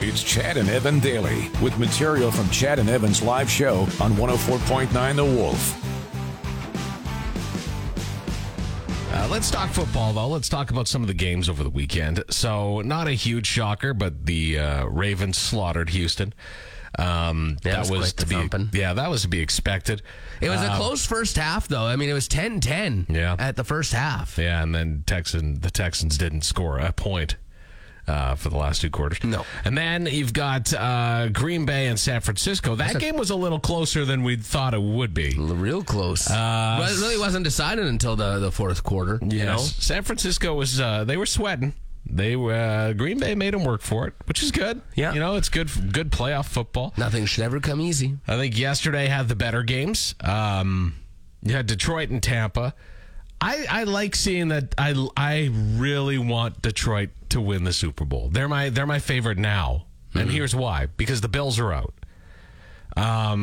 It's Chad and Evan daily with material from Chad and Evan's live show on 104.9 The Wolf. Uh, let's talk football, though. Let's talk about some of the games over the weekend. So, not a huge shocker, but the uh, Ravens slaughtered Houston. Um, Yeah, it was quite to the thumping. Uh-huh. be yeah, that was to be expected. It was a Um, close first half, though. I mean, it was 10 10 Yeah. at the first half. Yeah, and then Texan the Texans didn't score a point uh, for the last two quarters. No. and then you've got uh, Green Bay and San Francisco. That game was a little closer than we thought it would be. L- Real close. Uh, it really wasn't decided until the, the fourth quarter. You know? San Francisco was uh, they were sweating. They were uh, Green Bay made them work for it, which is good. Yeah. you know it's good good playoff football. Nothing should ever come easy. I think yesterday had the better games. Um, you had Detroit and Tampa. I, I like seeing that. I I really want Detroit to win the Super Bowl. They're my they're my favorite now, Mm-hmm. and here's why: because the Bills are out. Are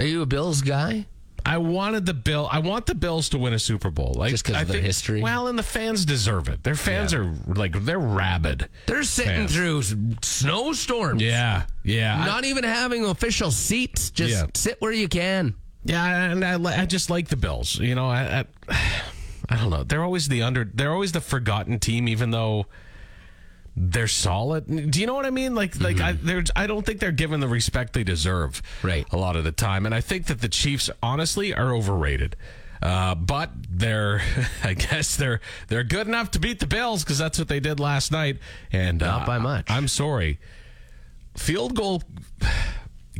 you a Bills guy? I wanted the bill. I want the Bills to win a Super Bowl, like Just 'cause of I their think- history? Well, and the fans deserve it. Their fans are like they're rabid. They're sitting Fans. through s- snowstorms. Yeah, yeah. I- Not even having official seats. Just Yeah. sit where you can. Yeah, and I, li- I just like the Bills. You know, I, I I don't know. They're always the under. They're always the forgotten team, even though they're solid. Do you know what I mean? Like like I they're, I don't think they're given the respect they deserve. Mm-hmm. Right. A lot of the time, and I think that the Chiefs, honestly, are overrated. Uh, but they're, I guess they're they're good enough to beat the Bills because that's what they did last night. And Not uh, by much. I'm sorry, field goal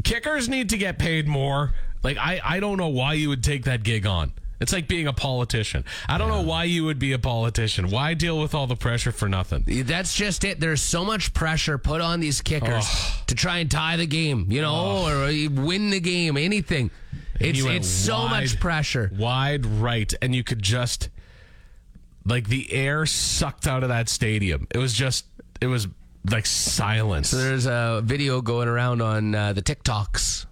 kickers need to get paid more. Like I, I don't know why you would take that gig on. It's like being a politician. I don't know why you would be a politician. Why deal with all the pressure for nothing? That's just it. There's so much pressure put on these kickers to try and tie the game, you know, or you win the game, anything. It's You went it's so much wide- pressure. Wide right, and you could just like the air sucked out of that stadium. It was just it was like silence. There's a video going around on uh, the TikToks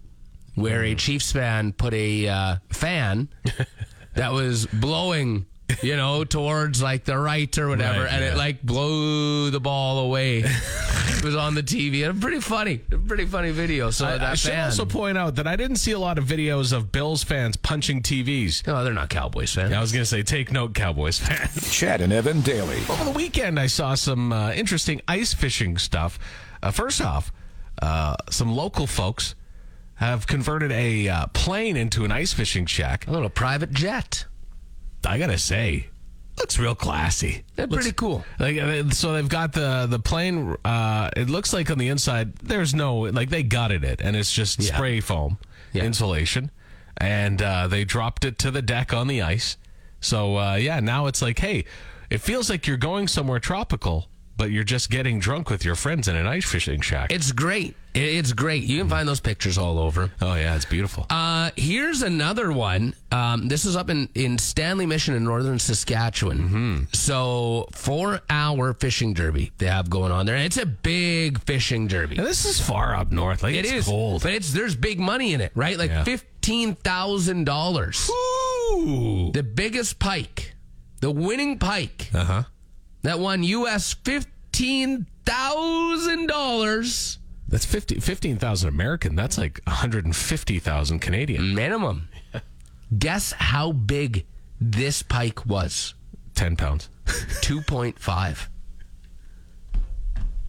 where Mm. a Chiefs fan put a uh, fan that was blowing, you know, towards like the right or whatever, Right, and yeah. it like blew the ball away. it was on the TV. And pretty funny, pretty funny video. So I, that I should fan. also point out that I didn't see a lot of videos of Bills fans punching TVs. no, they're not Cowboys fans. I was going to say, take note, Cowboys fans. Chad and Evan daily. Over the weekend, I saw some uh, interesting ice fishing stuff. Uh, first off, uh, some local folks have converted a uh, plane into an ice fishing shack. A little private jet. I gotta say, looks real classy. They're Looks- pretty cool. Like, uh, so they've got the the plane. Uh, it looks like on the inside there's no like they gutted it, and it's just Yeah. spray foam Yeah. insulation, and uh, they dropped it to the deck on the ice. So uh, yeah, now it's like, hey, it feels like you're going somewhere tropical, but you're just getting drunk with your friends in an ice fishing shack. It's great. I- It's great. You can find those pictures all over. oh yeah, it's beautiful. Uh, here's another one. Um, this is up in, in Stanley Mission in northern Saskatchewan. Mm-hmm. So, four hour fishing derby they have going on there. And it's a big fishing derby. And this is far up north. Like It it's is. cold. But it's there's big money in it, right? Like Yeah. $15,000. Ooh. The biggest pike, the winning pike Uh huh. that won US $15,000 That's 50, 15,000 American. That's like 150,000 Canadian. minimum. Guess how big this pike was? 10 pounds. 2.5.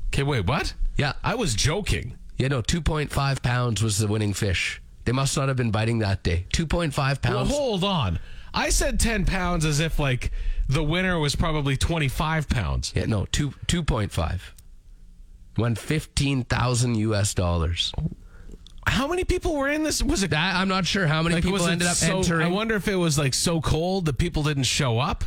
Okay, wait, what? Yeah. I was joking. Yeah, no, 2.5 pounds was the winning fish. They must not have been biting that day. 2.5 Well, pounds. hold on. I said 10 pounds as if like the winner was probably 25 pounds. yeah, no, 2 2.5. Won 15,000 US dollars. How many people were in this? Was it That I'm not sure how many like people was it ended up so, entering. I wonder if it was like so cold that people didn't show up.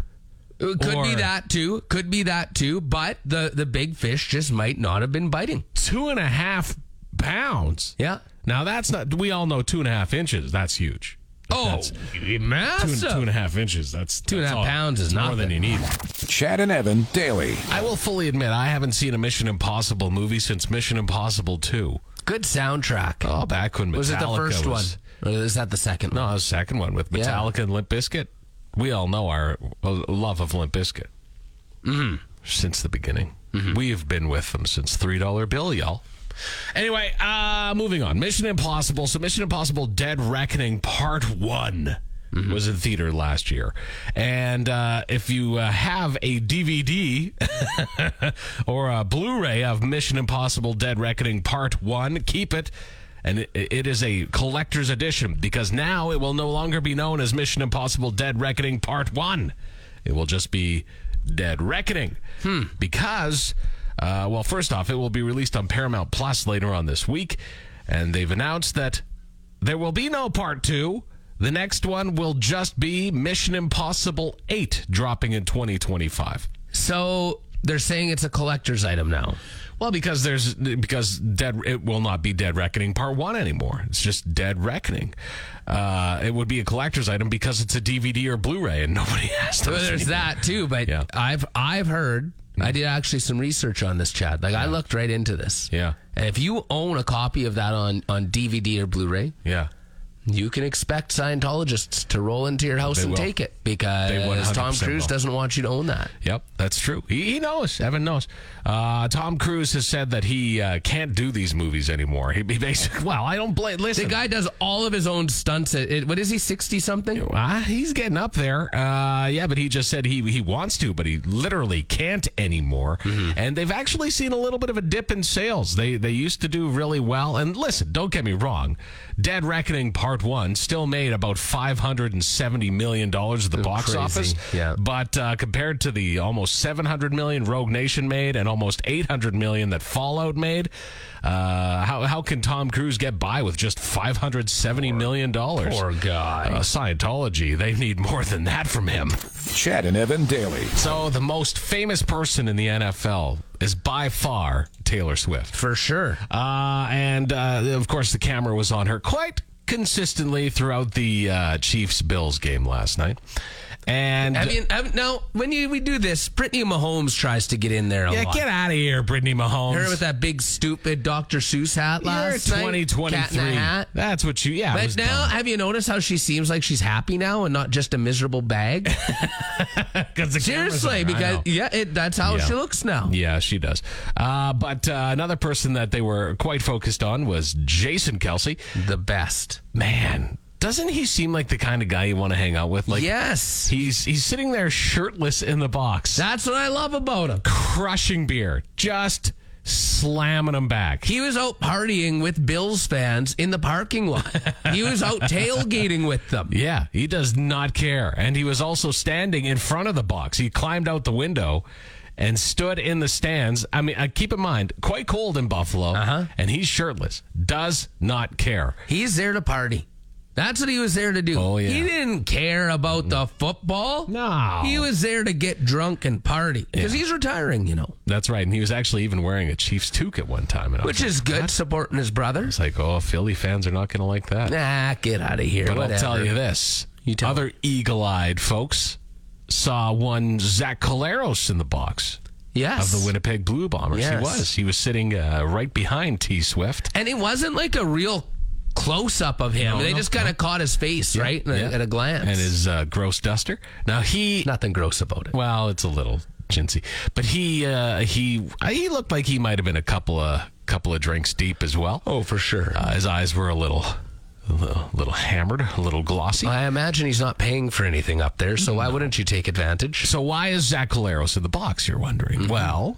It Uh, could be Or- that too. Could be that too. But the the big fish just might not have been biting. Two and a half pounds. Yeah. Now that's not. We all know two and a half inches. That's huge. Oh, That's two, massive. two and a half inches. That's Two and a that's half all. pounds is It's more than you need. Chad and Evan daily. I will fully admit I haven't seen a Mission Impossible movie since Mission Impossible Two. Good soundtrack. Oh, back when Metallica was it the first was- one? Or is that the second? No, the second one with Yeah. Metallica and Limp Bizkit. We all know our uh, love of Limp Bizkit since the beginning. We have been with them since three dollar bill, y'all. Anyway, uh moving on. Mission Impossible. So Mission Impossible: Dead Reckoning Part One was in theater last year, and uh, if you uh, have a DVD or a Blu-ray of Mission Impossible: Dead Reckoning Part One, keep it. And it- it is a collector's edition because now it will no longer be known as Mission Impossible Dead Reckoning Part 1. It will just be Dead Reckoning. Hmm. Because, uh, well, first off, it will be released on Paramount Plus later on this week. And they've announced that there will be no part two. The next one will just be Mission Impossible 8 dropping in 2025. So they're saying it's a collector's item now. Well, because there's because dead it will not be Dead Reckoning Part One anymore. It's just Dead Reckoning. Uh, it would be a collector's item because it's a DVD or Blu-ray, and nobody has those. Well, there's anymore. that too, but Yeah. I've I've heard I did actually some research on this Chad. Like I looked right into this. Yeah. And if you own a copy of that on on DVD or Blu-ray, Yeah, you can expect Scientologists to roll into your house They and will. take it They because 100% Tom Cruise will. doesn't want you to own that. yep, that's true. He, he knows. Evan knows. Uh, Tom Cruise has said that he uh, can't do these movies anymore. He, he basically, well, I don't blame. Listen, The guy does all of his own stunts. At, at- what is he, 60 something? Ah, he's getting up there. Uh, yeah, but he just said he he wants to, but he literally can't anymore. Mm-hmm. And they've actually seen a little bit of a dip in sales. They they used to do really well. And listen, don't get me wrong, Dead Reckoning Part One still made about five hundred and seventy million dollars at the box crazy. office. Yeah. But uh, compared to the almost 700 million Rogue Nation made and almost 800 million that Fallout made, uh, how how can Tom Cruise get by with just 570 million dollars? poor guy. Uh, Scientology, they need more than that from him. Chad and Evan daily. So the most famous person in the NFL is by far Taylor Swift. For sure. Uh, and uh, of course, the camera was on her quite consistently throughout the uh, Chiefs Bills game last night. And I mean, I, now, when you, we do this, Brittany Mahomes tries to get in there a yeah, lot. get out of here, Brittany Mahomes. Her with that big stupid Dr. Seuss hat last You're night. Cat in 2023. a hat. That's what you. Yeah. it But was now, have you noticed how she seems like she's happy now and not just a miserable bag? dumb. 'Cause the cameras Seriously, on, I because know. yeah, it, that's how Yeah. she looks now. Yeah, she does. Uh, but uh, another person that they were quite focused on was Jason Kelsey. The best. Man, doesn't he seem like the kind of guy you want to hang out with? Like, yes, he's he's sitting there shirtless in the box, that's what I love about him. crushing beer, just slamming him back. He was out partying with Bills fans in the parking lot. he was out tailgating with them. Yeah, he does not care. And he was also standing in front of the box. He climbed out the window and stood in the stands. I mean, uh, keep in mind, quite cold in Buffalo, uh-huh. and he's shirtless. Does not care. He's there to party. That's what he was there to do. Oh, yeah. He didn't care about the football. No. He was there to get drunk and party because he's retiring, you know, That's right. And he was actually even wearing a Chiefs toque at one time. And I was which is good, supporting his brother. like, oh, Philly fans are not going to like that. Nah, get out of here. But Whatever. I'll tell you this. You tell Other eagle eyed folks saw one Zach Caleros in the box Yes. of the Winnipeg Blue Bombers. He Yes. was. He was sitting uh, right behind T Swift. And it wasn't like a real close up of him. they just kind of caught his face, right? At a- Yeah. At a glance. and his uh, gross duster. Now he, Nothing gross about it. well, it's a little chintzy, but he uh, he he looked like he might have been a couple of couple of drinks deep as well. Oh, for sure. Uh, his eyes were a little, a little, little hammered, a little glossy. I imagine he's not paying for anything up there, so why wouldn't you take advantage? So why is Zach Caleros in the box? You're wondering. Mm-hmm. Well,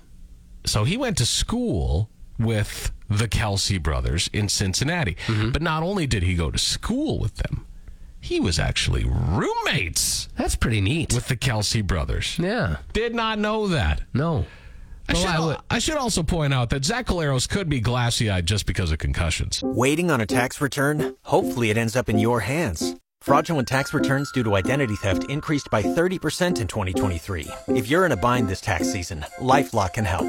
so he went to school with the Kelsey brothers in Cincinnati, Mm-hmm. but not only did he go to school with them, he was actually roommates That's pretty neat. with the Kelsey brothers. yeah. Did not know that. No. I, Well, should, I would- I should also point out that Zach Caleros could be glassy eyed just because of concussions. Waiting on a tax return? Hopefully, it ends up in your hands. Fraudulent tax returns due to identity theft increased by 30% in 2023. If you're in a bind this tax season, LifeLock can help.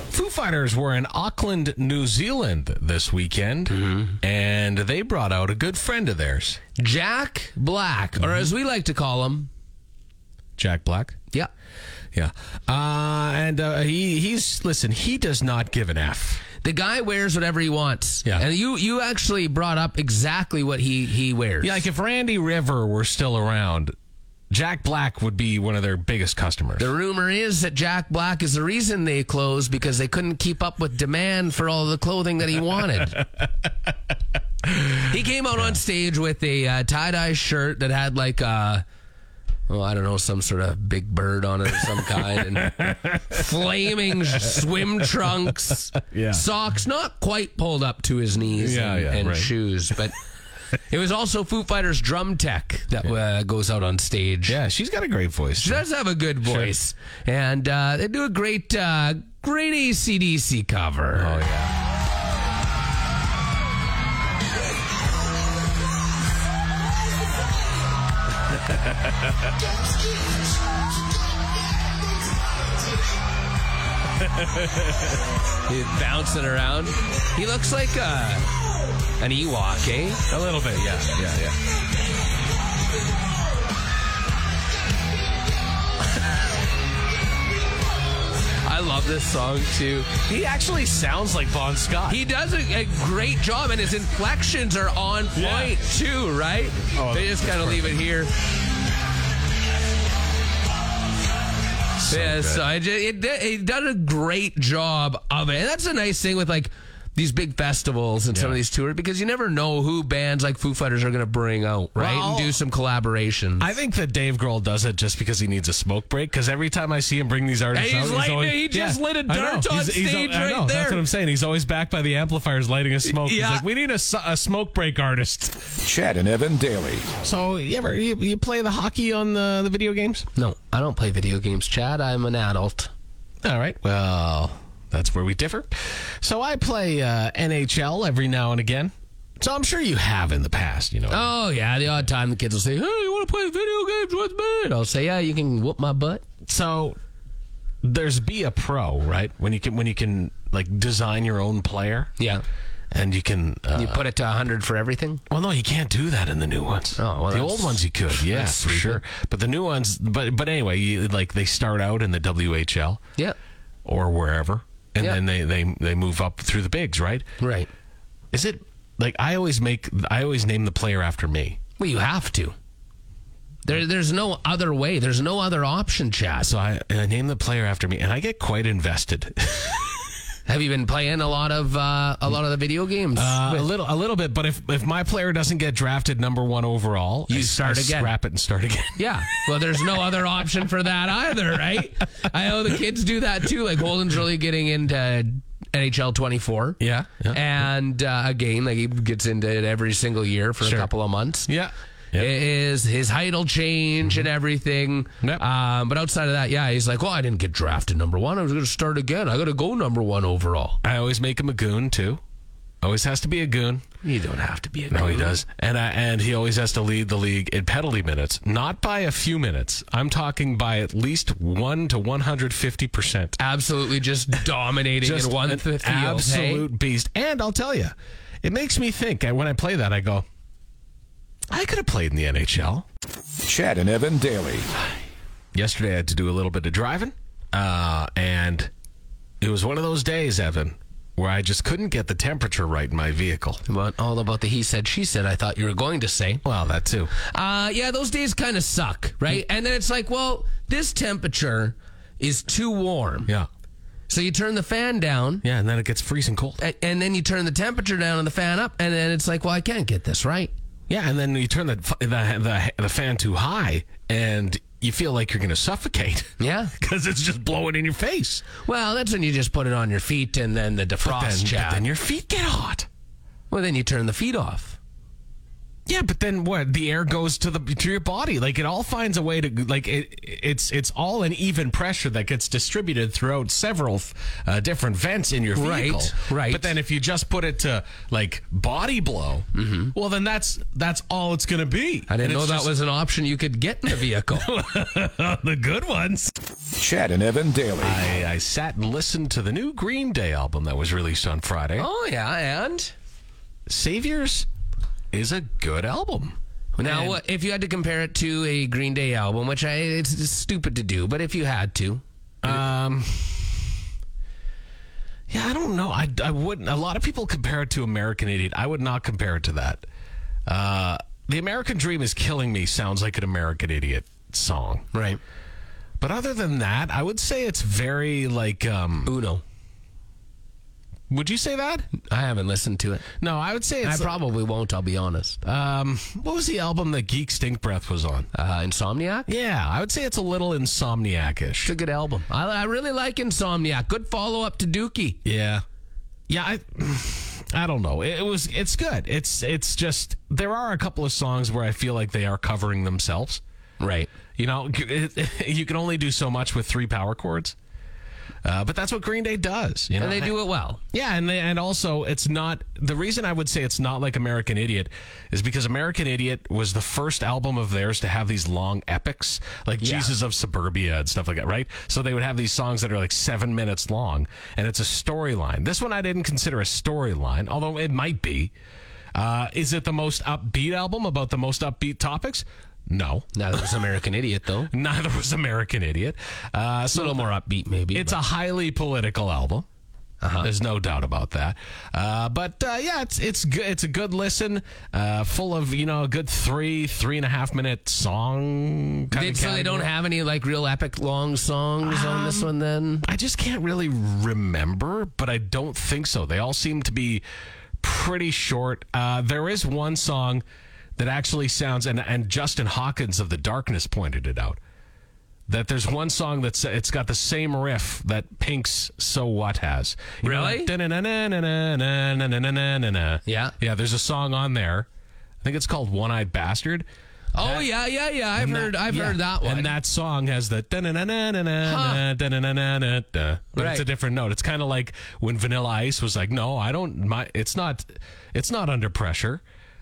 Foo Fighters were in Auckland, New Zealand this weekend, Mm-hmm. and they brought out a good friend of theirs, Jack Black, or as we like to call him, Jack Black. yeah, Yeah, uh, and uh, he he's listen. He does not give an f. the guy wears whatever he wants. Yeah. and you you actually brought up exactly what he he wears. Yeah, like if Randy River were still around, Jack Black would be one of their biggest customers. The rumor is that Jack Black is the reason they closed because they couldn't keep up with demand for all the clothing that he wanted. he came out on stage with a uh, tie dye shirt that had like a. Oh, I don't know, some sort of big bird on it of some kind, and flaming swim trunks, Yeah. socks not quite pulled up to his knees, Yeah, and, yeah, and right. shoes. But it was also Foo Fighters drum tech that uh, goes out on stage. yeah, she's got a great voice. She does have a good voice, and uh, they do a great, uh, great ACDC cover. Oh yeah. He's bouncing around. He looks like uh, an Ewok, eh? A little bit, yeah, yeah, yeah. I love this song too. He actually sounds like Bon Scott. He does a, a great job, and his inflections are on point Yeah. too, right? Oh, they just kind of leave it here. yeah, so I ju- it, did- it done a great job of it. And that's a nice thing with like these big festivals and some of Yeah. these tours because you never know who bands like Foo Fighters are going to bring out, right? Well, and do some collaborations. I think that Dave Grohl does it just because he needs a smoke break. Because every time I see him bring these artists Hey, he's out, lighting always, it. He just lit a I know. dart on He's- he's- stage I know. right there. That's what I'm saying. He's always back by the amplifiers lighting a smoke. Yeah. He's like, we need a, su- a smoke break artist. Chad and Evan daily. So you ever you, you play the hockey on the, the video games? no, I don't play video games, Chad. I'm an adult. All right. Well, that's where we differ. So I play uh, NHL every now and again. So I'm sure you have in the past, you know. Oh yeah, the odd time the kids will say, "Hey, you want to play video games with me?" And I'll say, "Yeah, you can whoop my butt." So there's be a pro, right? When you can when you can like design your own player. Yeah. And you can uh, You put it to 100 for everything? Well, no, you can't do that in the new ones. Oh, well, the that's- old ones you could, yeah, that's for stupid. sure. But the new ones, but but anyway, you, like they start out in the WHL Yeah. or wherever, and Yeah. then they, they they move up through the bigs, right? Right. Is it like I always make? I always name the player after me. Well, you have to. There, there's no other way. There's no other option, Chad. So I, I name the player after me, and I get quite invested. Have you been playing a lot of uh, a lot of the video games? Uh, a little, a little bit. But if if my player doesn't get drafted number one overall, You I- start I again. Scrap it and start again. yeah. Well, there's no other option for that either, right? I know the kids do that too. Like Holden's really getting into NHL 24. Yeah, yeah. And uh, a game like he gets into it every single year for Sure. a couple of months. Yeah. Mm-hmm. is his height will change and everything. Yep. Um, but outside of that, yeah, he's like, well, I didn't get drafted number one. I was going to start again. I got to go number one overall. I always make him a goon too. Always has to be a goon. You don't have to be a No, he goon. does, and I, and he always has to lead the league in penalty minutes, not by a few minutes. I'm talking by at least one to one hundred fifty percent. Absolutely just dominating Just in one an field. hey? absolute beast. And I'll tell you, it makes me think. I, when I play that, I go, I could have played in the NHL. Chad and Evan daily. yesterday I had to do a little bit of driving, uh, and it was one of those days, Evan, where I just couldn't get the temperature right in my vehicle. But all about the he said, she said, I thought you were going to say. Well, that too. Uh, yeah, those days kind of suck, right? And then it's like, well, this temperature is too warm. Yeah, So you turn the fan down. yeah, and then it gets freezing cold. a- And then you turn the temperature down and the fan up, and then it's like, well, I can't get this right. Yeah, and then you turn the the the, the fan too high, and you feel like you're going to suffocate Yeah. because it's just blowing in your face. Well, that's when you just put it on your feet and then the defrost Then, but chat. then your feet get hot. well, then you turn the feet off. Yeah, but then what? The air goes to the to your body. Like it all finds a way to like it. It's it's all an even pressure that gets distributed throughout several uh, different vents in your Right, vehicle. right. But then if you just put it to like body blow, well then that's that's all it's gonna be. I didn't know that was an option you could get in a vehicle. was the good ones. Chad and Evan daily. I, I sat and listened to the new Green Day album that was released on Friday. oh yeah, and Saviors is a good album. now And- what if you had to compare it to a Green Day album, which I it's, it's stupid to do, but if you had to, Um, yeah, I don't know. I, I wouldn't. A lot of people compare it to American Idiot. I would not compare it to that. Uh, the American Dream is Killing Me sounds like an American Idiot song. right? But other than that, I would say it's very like. Um, Uno. would you say that? I haven't listened to it. No, I would say I it's. probably won't. I'll be honest. um, what was the album that Geek Stink Breath was on? Uh, Insomniac. Yeah, I would say it's a little insomniac-ish. It's a good album. I, I really like Insomniac. Good follow up to Dookie. Yeah. Yeah, I I don't know. It, it was it's good. It's it's just there are a couple of songs where I feel like they are covering themselves. Right. You know, you can only do so much with three power chords. Uh, but that's what Green Day does, you know. And they do it well. Yeah, and they, and also it's not the reason I would say it's not like American Idiot is because American Idiot was the first album of theirs to have these long epics like Jesus of Suburbia and stuff like that, right? So they would have these songs that are like seven minutes long, and it's a storyline. This one I didn't consider a storyline, although it might be. Uh, is it the most upbeat album about the most upbeat topics? No, Now that was American Idiot though. neither was American Idiot. Uh, It's a so little more upbeat, maybe. Uh-huh. it's a highly political album. There's no doubt about that. Uh, but uh, yeah, it's it's good. It's a good listen, uh, full of you know a good three three and a half minute song. but- Kind They- so they don't have any like real epic long songs on this one then. I just can't really remember, but I don't think so. They all seem to be pretty short. Uh, there is one song that actually sounds, and and Justin Hawkins of the Darkness pointed it out. That there's one song that's it's got the same riff that Pink's "So What" has. You know, Really? da-na-na-na-na-na-na-na-na-na-na. Yeah. yeah. There's a song on there. I think it's called "One Eyed Bastard." Oh yeah, yeah, yeah. I've heard I've Yeah. heard that one. And that song has the da-na-na-na-na-na, Huh. da-na-na-na-na-na, but Right. it's a different note. It's kind of like when Vanilla Ice was like, "No, I don't. My, it's not. It's not under pressure.